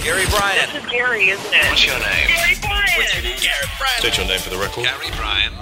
Gary Bryan. This is Gary, isn't it? What's your name? Gary Bryan. Gary Bryan. State your name for the record. Gary Bryan.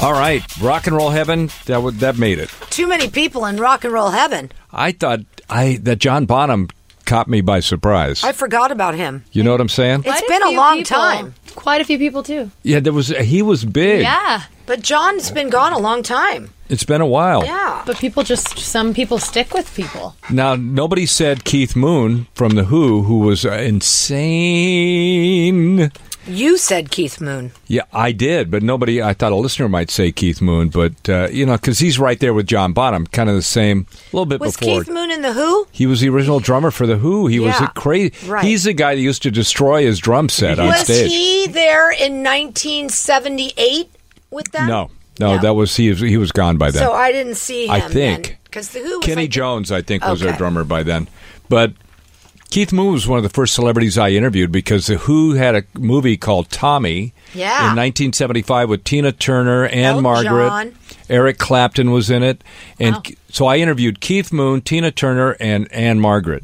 All right, rock and roll heaven. That would that made it. Too many people in rock and roll heaven. I thought I that John Bonham caught me by surprise. I forgot about him. you know what I'm saying? It's Quite been a few long people. time. Quite a few people too. Yeah, there was he was big. Yeah, But John's been gone a long time. It's been a while. Yeah. but people just some people stick with people. Now nobody said Keith Moon from the Who, who was uh, insane. You said Keith Moon. Yeah, I did, but nobody. I thought a listener might say Keith Moon, but uh, you know, because he's right there with John Bonham, kind of the same, a little bit Was before. Keith Moon in the Who? He was the original drummer for the Who. He was a Yeah, crazy. right. He's the guy that used to destroy his drum set on was stage. he there in 1978 with them? No, no, No. that was he. Was, he was gone by then. So I didn't see him. I think. because the Who was Kenny like- Jones, I think, was their Okay. drummer by then. But Keith Moon was one of the first celebrities I interviewed because the Who had a movie called Tommy. Yeah. In 1975 with Tina Turner and Elton Margaret. John. Eric Clapton was in it, and so I interviewed Keith Moon, Tina Turner, and Anne Margaret.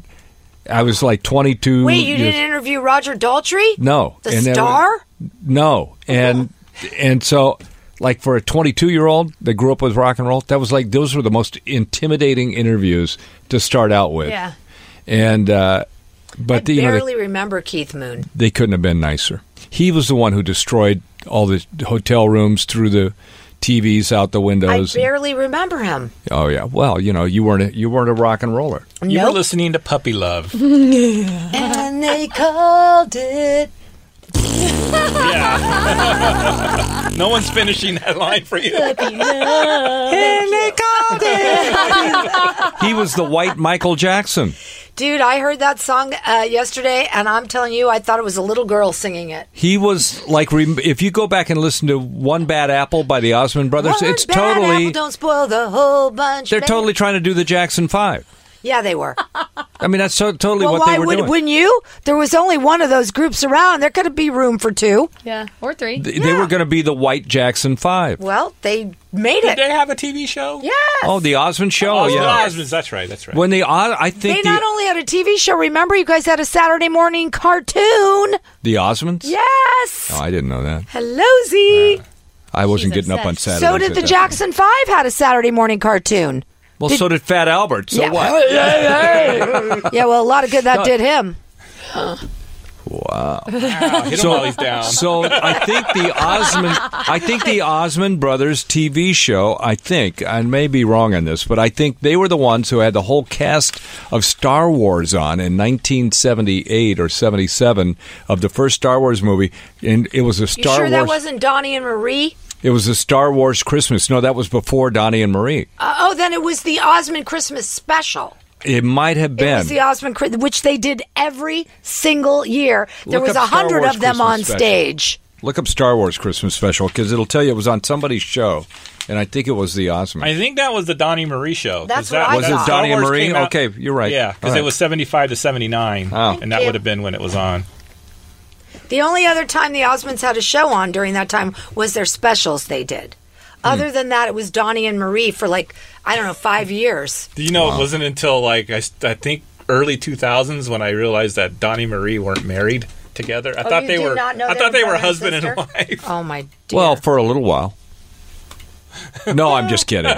I was like 22. Wait, you years- didn't interview Roger Daltrey? No. the And that star. was- no. And and so like for a 22-year-old that grew up with rock and roll, that was like those were the most intimidating interviews to start out with. Yeah. And uh but I the, you know barely they, remember Keith Moon. they couldn't have been nicer. He was the one who destroyed all the hotel rooms through the TVs out the I windows. barely remember him. oh yeah. Well, you know, you weren't a, you weren't a rock and roller. You were Nope. listening to Puppy Love. And they called it. no one's finishing that line for you. He was the white Michael Jackson. Dude, I heard that song uh, yesterday, and I'm telling you, I thought it was a little girl singing it. He was like, rem- if you go back and listen to "One Bad Apple" by the Osmond Brothers, One it's bad totally apple don't spoil the whole bunch. they're baby. totally trying to do the Jackson Five. Yeah, they were. I mean, that's so, totally well, what why they were would, doing. wouldn't you? There was only one of those groups around. There could be room for two. Yeah, or three. They- They were going to be the White Jackson Five. Well, they made Did they it. have a TV show? Yeah. Oh, the Osmond Show, Oh, yeah. Osmonds, That's right. That's right. When the Os- I They think not the, only had a TV show. Remember, you guys had a Saturday morning cartoon. the Osmonds. Yes. Oh, I didn't know that. Hello, Z. I wasn't She's getting up on Saturday. obsessed. So did the Jackson Five had a Saturday morning cartoon. Well, so did Fat Albert. So Yeah. what? Yeah, well, a lot of good that did him. Ah, Hit so- him while he's down. So I think the Osmond, I think the Osmond Brothers TV show. I think I may be wrong on this, but I think they were the ones who had the whole cast of Star Wars on in 1978 or 77 of the first Star Wars movie, and it was a You Star sure Wars. that wasn't Donnie and Marie? It was a Star Wars Christmas. No, that was before Donnie and Marie. Uh, oh, then it was the Osmond Christmas special. It might have It been. was the Osmond, Chri- which they did every single year. There Look was up a Star hundred Wars of them Christmas on special. stage. Look up Star Wars Christmas special because it'll tell you it was on somebody's show, and I think it was the Osmond. I think that was the Donnie Marie show. 'cause That's that, what I that Was it Star Donnie and Wars Marie? came out- Okay, you're right. Yeah, All because right. it was 75 to 79, Oh. and that you. would have been when it was on. The only other time the Osmonds had a show on during that time was their specials they did. Hmm. Other than that, it was Donnie and Marie for like, I don't know, five years. Do you know it wasn't until like I, s- I think early 2000s when I realized that Donnie Marie weren't married together. I thought Oh, you they did were. not know I they thought were they were brother and husband and sister? wife. Oh, my dear. Well, for a little while. No, I'm just kidding.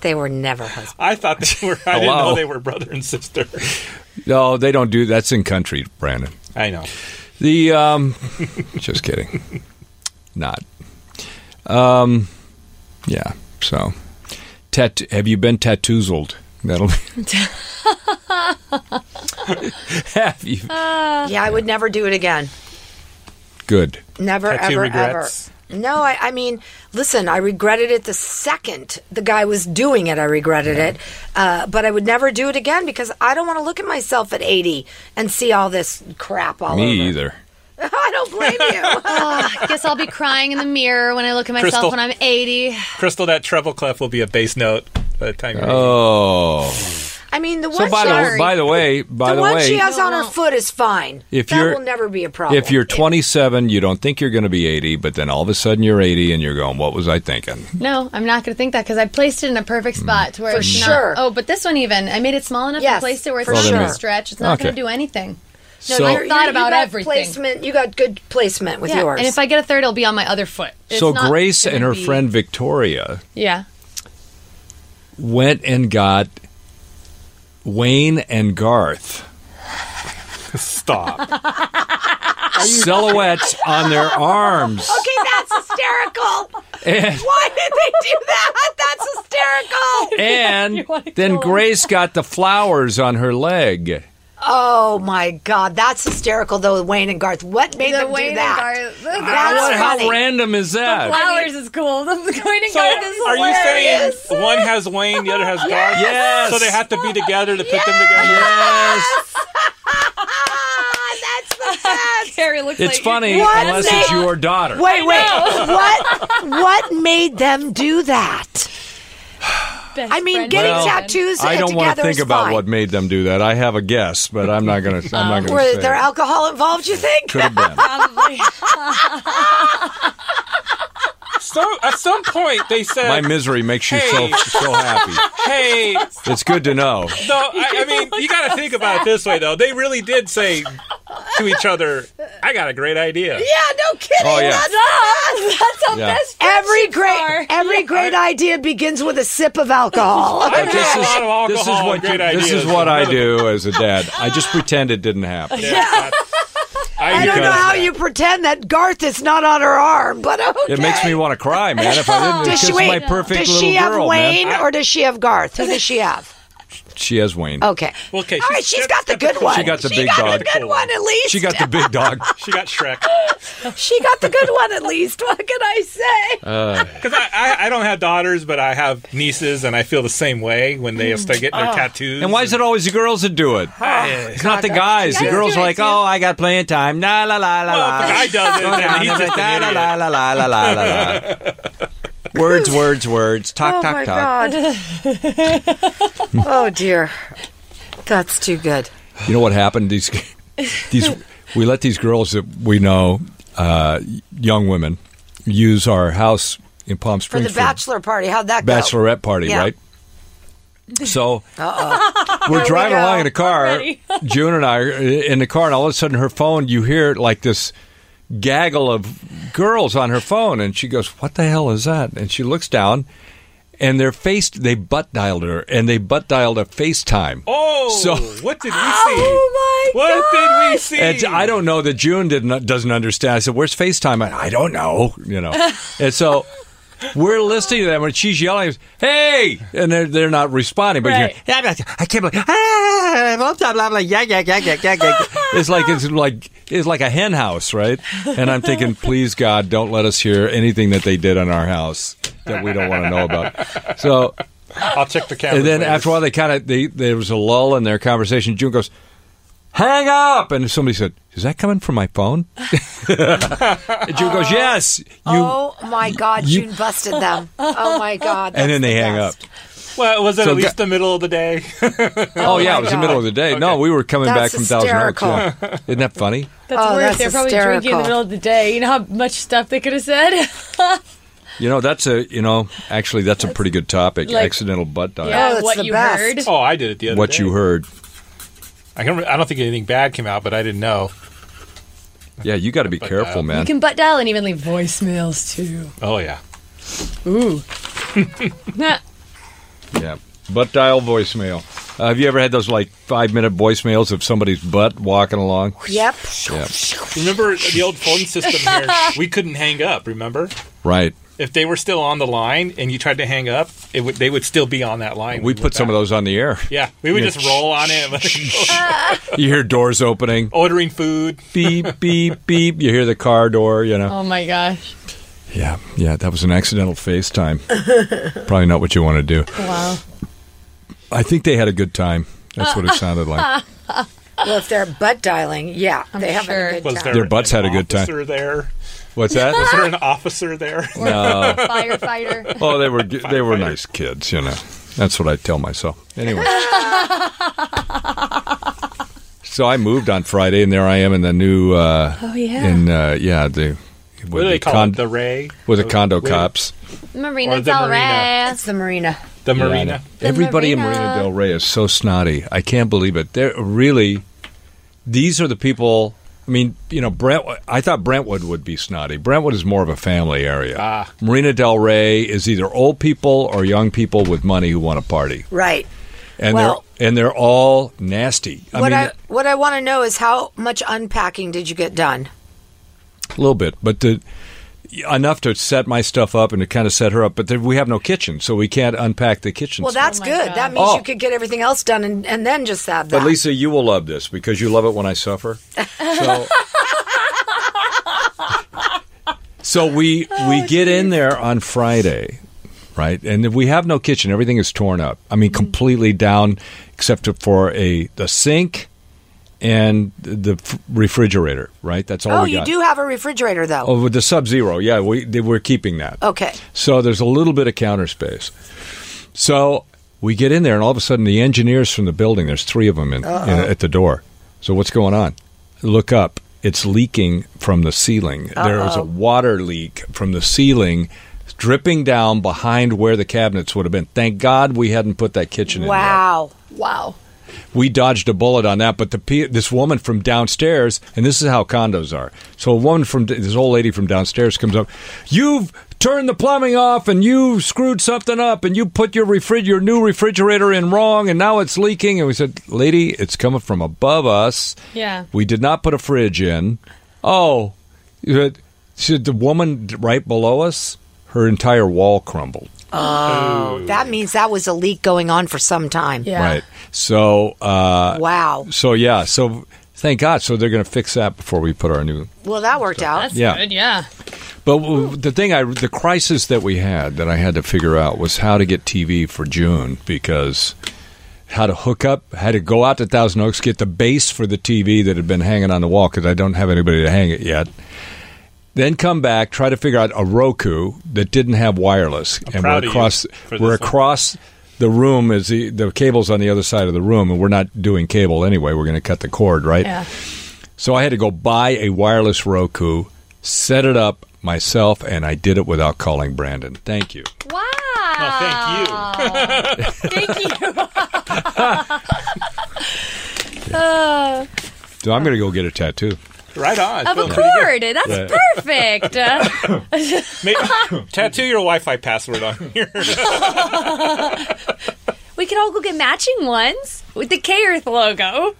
they were never husbands. I thought they were. I didn't Hello. know they were brother and sister. No, they don't do that's in country, Brandon. I know. The um just kidding. Not. Um yeah. So tat have you been tattoozled? That'll be Have you yeah, I would never do it again. good. Never, Tattoo ever, regrets? ever. No, I, I mean, listen, I regretted it the second the guy was doing it. I regretted it. Uh, but I would never do it again because I don't want to look at myself at 80 and see all this crap all Me over. either. I don't blame you. Ah, I guess I'll be crying in the mirror when I look at myself Crystal. when I'm 80. Crystal, that treble clef will be a bass note by the time you're. Oh. I mean, the So one by she, the Sorry. by the way, by the the, one way, she has No, on her no. foot is fine. If that you're- will never be a problem. if you're 27, you don't think you're going to be 80, but then all of a sudden you're 80 and you're going, "What was I thinking?" No, I'm not going to think that because I placed it in a perfect Mm. spot to where For it's sure. not. Oh, but this one even I made it small enough Yes, and placed it where it's for not going sure. to stretch. It's not Okay. going to do anything. No, so you're- I thought you about got everything. Placement, you got good placement with yours. and if I get a third, it'll be on my other foot. It's so not Grace gonna and her be- friend Victoria Yeah, went and got Wayne and Garth Stop. silhouettes on their arms. okay, that's hysterical. And- Why did they do that? That's hysterical. and wanna then kill him. Grace got the flowers on her leg. Oh my God, that's hysterical though. Wayne and Garth, what made them do that? Ah, That's What, funny. how random is that? flowers is cool. The going and So Garth Oh, is are you saying hilarious. one has Wayne, the other has Garth? Yes. So they have to be together to put them together. Yes, Ah, that's the best. Carrie looks it's like- funny What? unless it's your daughter. Wait, wait. What? What made them do that? Best I mean, friend getting Well, tattoos I don't want to together think is about fine. what made them do that. I have a guess, but I'm not going to. I'm not going to Were say. there alcohol involved? You think? Could have been. Probably. So at some point they said, My misery makes you so Hey. so happy. "Hey, no." It's good to know. I, I mean, you got to think about it this way, though. They really did say to each other, "I got a great idea." Yeah, no kidding. Oh, yeah. That's- that's how Yeah. best every great every great idea begins with a sip of alcohol. I've This had a is- lot of alcohol. This is and what you- great ideas. this is what I do as a dad. I just pretend it didn't happen. Yeah, I, I don't know Because- how you pretend that Garth is not on her arm, but okay. It makes me want to cry, man. If I didn't, Does it's she, just my wait, perfect does little she have girl, Wayne man. or does she have Garth? Who does she have? She has Wayne. Okay. Well, okay, All right, she's- she's got the good one. She got the she big got dog. the good one at least. She got the big dog. She got Shrek she got the good one at least. What can I say? Uh, because I, I I don't have daughters, but I have nieces, and I feel the same way when they start getting their tattoos. And why is it always the girls that do it? It's not the guys. The Guys girls do are it like, too. "Oh, I got playing time." La la la la Well, if the la. guy does it, then he's just La, an la, idiot. la, la, la, la, la, la, la. Words, words, words. Talk, Oh talk, my talk. god. oh dear. That's too good. You know what happened? These, these, we let these girls that we know, uh, young women, use our house in Palm For Springs the bachelor party, how'd that go? bachelorette party, Yeah. right? So Uh-oh. we're driving go. along in a car, June and I are in the car, and all of a sudden her phone, you hear like this gaggle of girls on her phone, and she goes, "What the hell is that?" And she looks down. And they're faced. They butt dialed her, and they butt dialed a FaceTime. Oh, So- what did we see? Oh my what did we see? And I don't know that June didn't doesn't understand. I said, "Where's FaceTime?" I, I don't know, you know. and so we're listening to them when she's yelling, "Hey!" and they're they're not responding. But Right. you're, "Yeah, but I can't believe ah, blah, blah, blah, blah, yeah, yeah, yeah, yeah, yeah, yeah." It's like it's like it's like a hen house, right? And I'm thinking, please God, don't let us hear anything that they did on our house that we don't want to know about. So I'll check the camera. and then after a while, they kind of they there was a lull in their conversation. June goes, "Hang up," and somebody said, "Is that coming from my phone?" and June goes, "Yes." You oh my god, you- June busted them. Oh my god. and then that's they the hang best. up. well, was it So at least ga- the middle of the day? Oh, yeah, my it was the God. middle of the day. No, we were coming back That's from Thousand Oaks. hysterical. Yeah. Isn't that funny? That's Oh, worse. that's They're probably drinking in hysterical. the middle of the day. You know how much stuff they could have said. You know, that's a you know actually that's a pretty good topic. like- Accidental butt dial. yeah, it's what the you best. heard. Oh, I did it the other What day. you heard? I, can, I don't think anything bad came out, but I didn't know. Yeah, you got to be careful, dial. You man. can butt dial and even leave voicemails too. Oh yeah. Ooh. Nah. Yeah, butt dial voicemail. Uh, have you ever had those like five minute voicemails of somebody's butt walking along? Yep. Yeah, Remember the old phone system here? We couldn't hang up. Remember? right. If they were still on the line and you tried to hang up, it would they would still be on that line. We put some of those on the air. Yeah, we would Yeah. just roll on it. and let it go. You hear doors opening, Ordering food. beep, beep, beep. You hear the car door, you know. Oh my gosh. Yeah, yeah, that was an accidental FaceTime. Probably not what you want to do. Wow. I think they had a good time. That's what it sounded like. Well, if they're butt dialing, yeah, they have sure. a good Was there time. Their butts an had a good time. officer There What's was that? there an officer there. Firefighter. Oh, they were they were nice kids, you know. That's what I tell myself. Anyway. so I moved on Friday, and there I am in the new. Uh, Oh, yeah. In uh, yeah the. With What do the they call con- it? The Ray? with the condo Wait, cops. Or Marina the Del Marina. Rey. It's the marina. The Yeah, I Marina. know. Everybody Marina. in Marina Del Rey is so snotty. I can't believe it. They're really. These are the people. I mean, you know, Brent. I thought Brentwood would be snotty. Brentwood is more of a family area. Ah. Marina Del Rey is either old people or young people with money who want to party, Right. and Well- they're and they're all nasty. I what mean, I what I want to know is how much unpacking did you get done? a little bit, but the. Enough to set my stuff up and to kind of set her up, but there, we have no kitchen, so we can't unpack the kitchen. Well, stuff. that's my good. God. That means Oh. you could get everything else done and, and then just have that. But Lisa, you will love this because you love it when I suffer. So, so we Oh, we get in there on Friday, right? And if we have no kitchen. Everything is torn up. I Mm-hmm. mean, completely down except for a the sink and the f- refrigerator. Right? That's all oh, we you got. do have a refrigerator though. Oh, with the Sub Zero, yeah, we they, we're keeping that. Okay. So there's a little bit of counter space. So we get in there, and all of a sudden, the engineers from the building, there's three of them in, in, at the door. So what's going on? Look up. It's leaking from the ceiling. There is a water leak from the ceiling dripping down behind where the cabinets would have been. Thank God we hadn't put that kitchen in there Wow. Wow. we dodged a bullet on that. But the pe- this woman from downstairs, and this is how condos are. So a woman from this old lady from downstairs comes up. You've turned the plumbing off, and you screwed something up, and you put your refrig- your new refrigerator in wrong, and now it's leaking. And we said, lady, it's coming from above us. Yeah. We did not put a fridge in. Oh, you said- she said the woman right below us. Her entire wall crumbled. That means that was a leak going on for some time. Yeah. Right. So. Uh, Wow. so yeah, so thank God. So they're going to fix that before we put our new. Well, that worked out. That's Yeah. good. Yeah. But w- the thing I, the crisis that we had that I had to figure out was how to get TV for June because how to hook up, how to go out to Thousand Oaks get the base for the TV that had been hanging on the wall because I don't have anybody to hang it yet. Then come back, try to figure out a Roku that didn't have wireless, and proud we're of you across for we're this one. across the room is the the cable's on the other side of the room, and we're not doing cable anyway. We're going to cut the cord, right? Yeah. So I had to go buy a wireless Roku, set it up myself, and I did it without calling Brandon. Thank you. Wow. thank you. Thank you. Uh, So I'm going to go get a tattoo. Right on. Of Boom. a cord. That's Yeah. perfect. Uh, Make- tattoo your Wi-Fi password on here. we could all go get matching ones with the K Earth logo.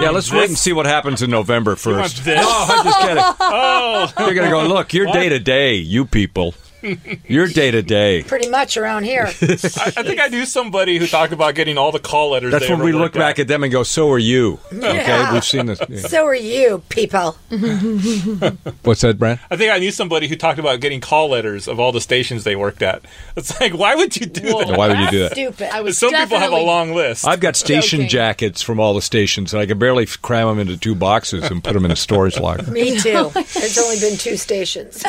Yeah, let's wait and see what happens in November want first. this? No, I'm just kidding. oh, you're going to go look. You're day to day, you people. You're day to day. Pretty much around here. I, I think I knew somebody who talked about getting all the call letters. That's they when ever we look worked back out. at them and go, "So are you?" Okay, we've seen this. Yeah. so are you, people. What's that, Brand? I think I knew somebody who talked about getting call letters of all the stations they worked at. It's like, why would you do Whoa. that? Why would you do that? Stupid. I was Some people have a definitely- long list. I've got station Joking. jackets from all the stations, and I can barely cram them into two boxes and put them in a storage locker. Me too. There's only been two stations.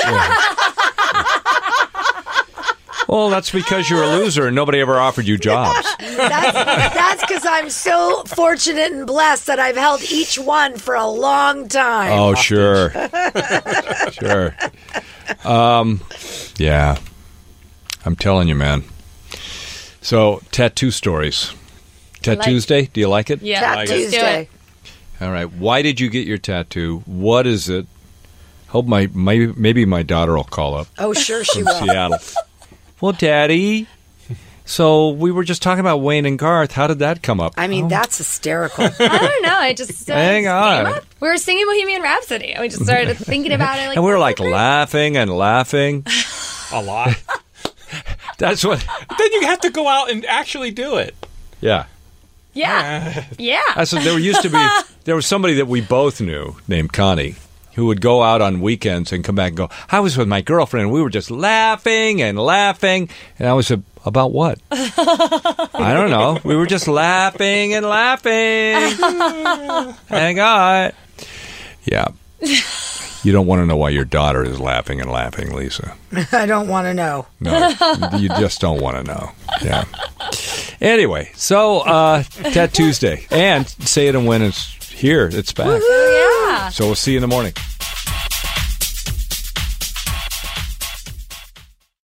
Well, that's because you're a loser and nobody ever offered you jobs. That's because I'm so fortunate and blessed that I've held each one for a long time. Oh, sure. sure. Um, yeah. I'm telling you, man. So, tattoo stories. Tattoo Tuesday, do you like it? Yeah. Tat let's do it. Tuesday. All right. Why did you get your tattoo? What is it? Hope my, my maybe my daughter will call up. Oh, sure she will. Seattle. well, Daddy. So we were just talking about Wayne and Garth. How did that come up? Oh. I mean, that's hysterical. I don't know. I just uh, Hang just on. came up. We were singing Bohemian Rhapsody. and We just started thinking about it. Like, and we were like laughing and laughing. a lot. That's what. then you have to go out and actually do it. Yeah. yeah, yeah. I said there used to be there was somebody that we both knew named Connie who would go out on weekends and come back and go, I was with my girlfriend and we were just laughing and laughing and I was about what? I don't know. We were just laughing and laughing. Hang on. Yeah. You don't want to know why your daughter is laughing and laughing, Lisa. I don't want to know. No, you just don't want to know. Yeah. Anyway, so uh, Tat Tuesday, and say it and when it's here, it's back. Yeah. So we'll see you in the morning.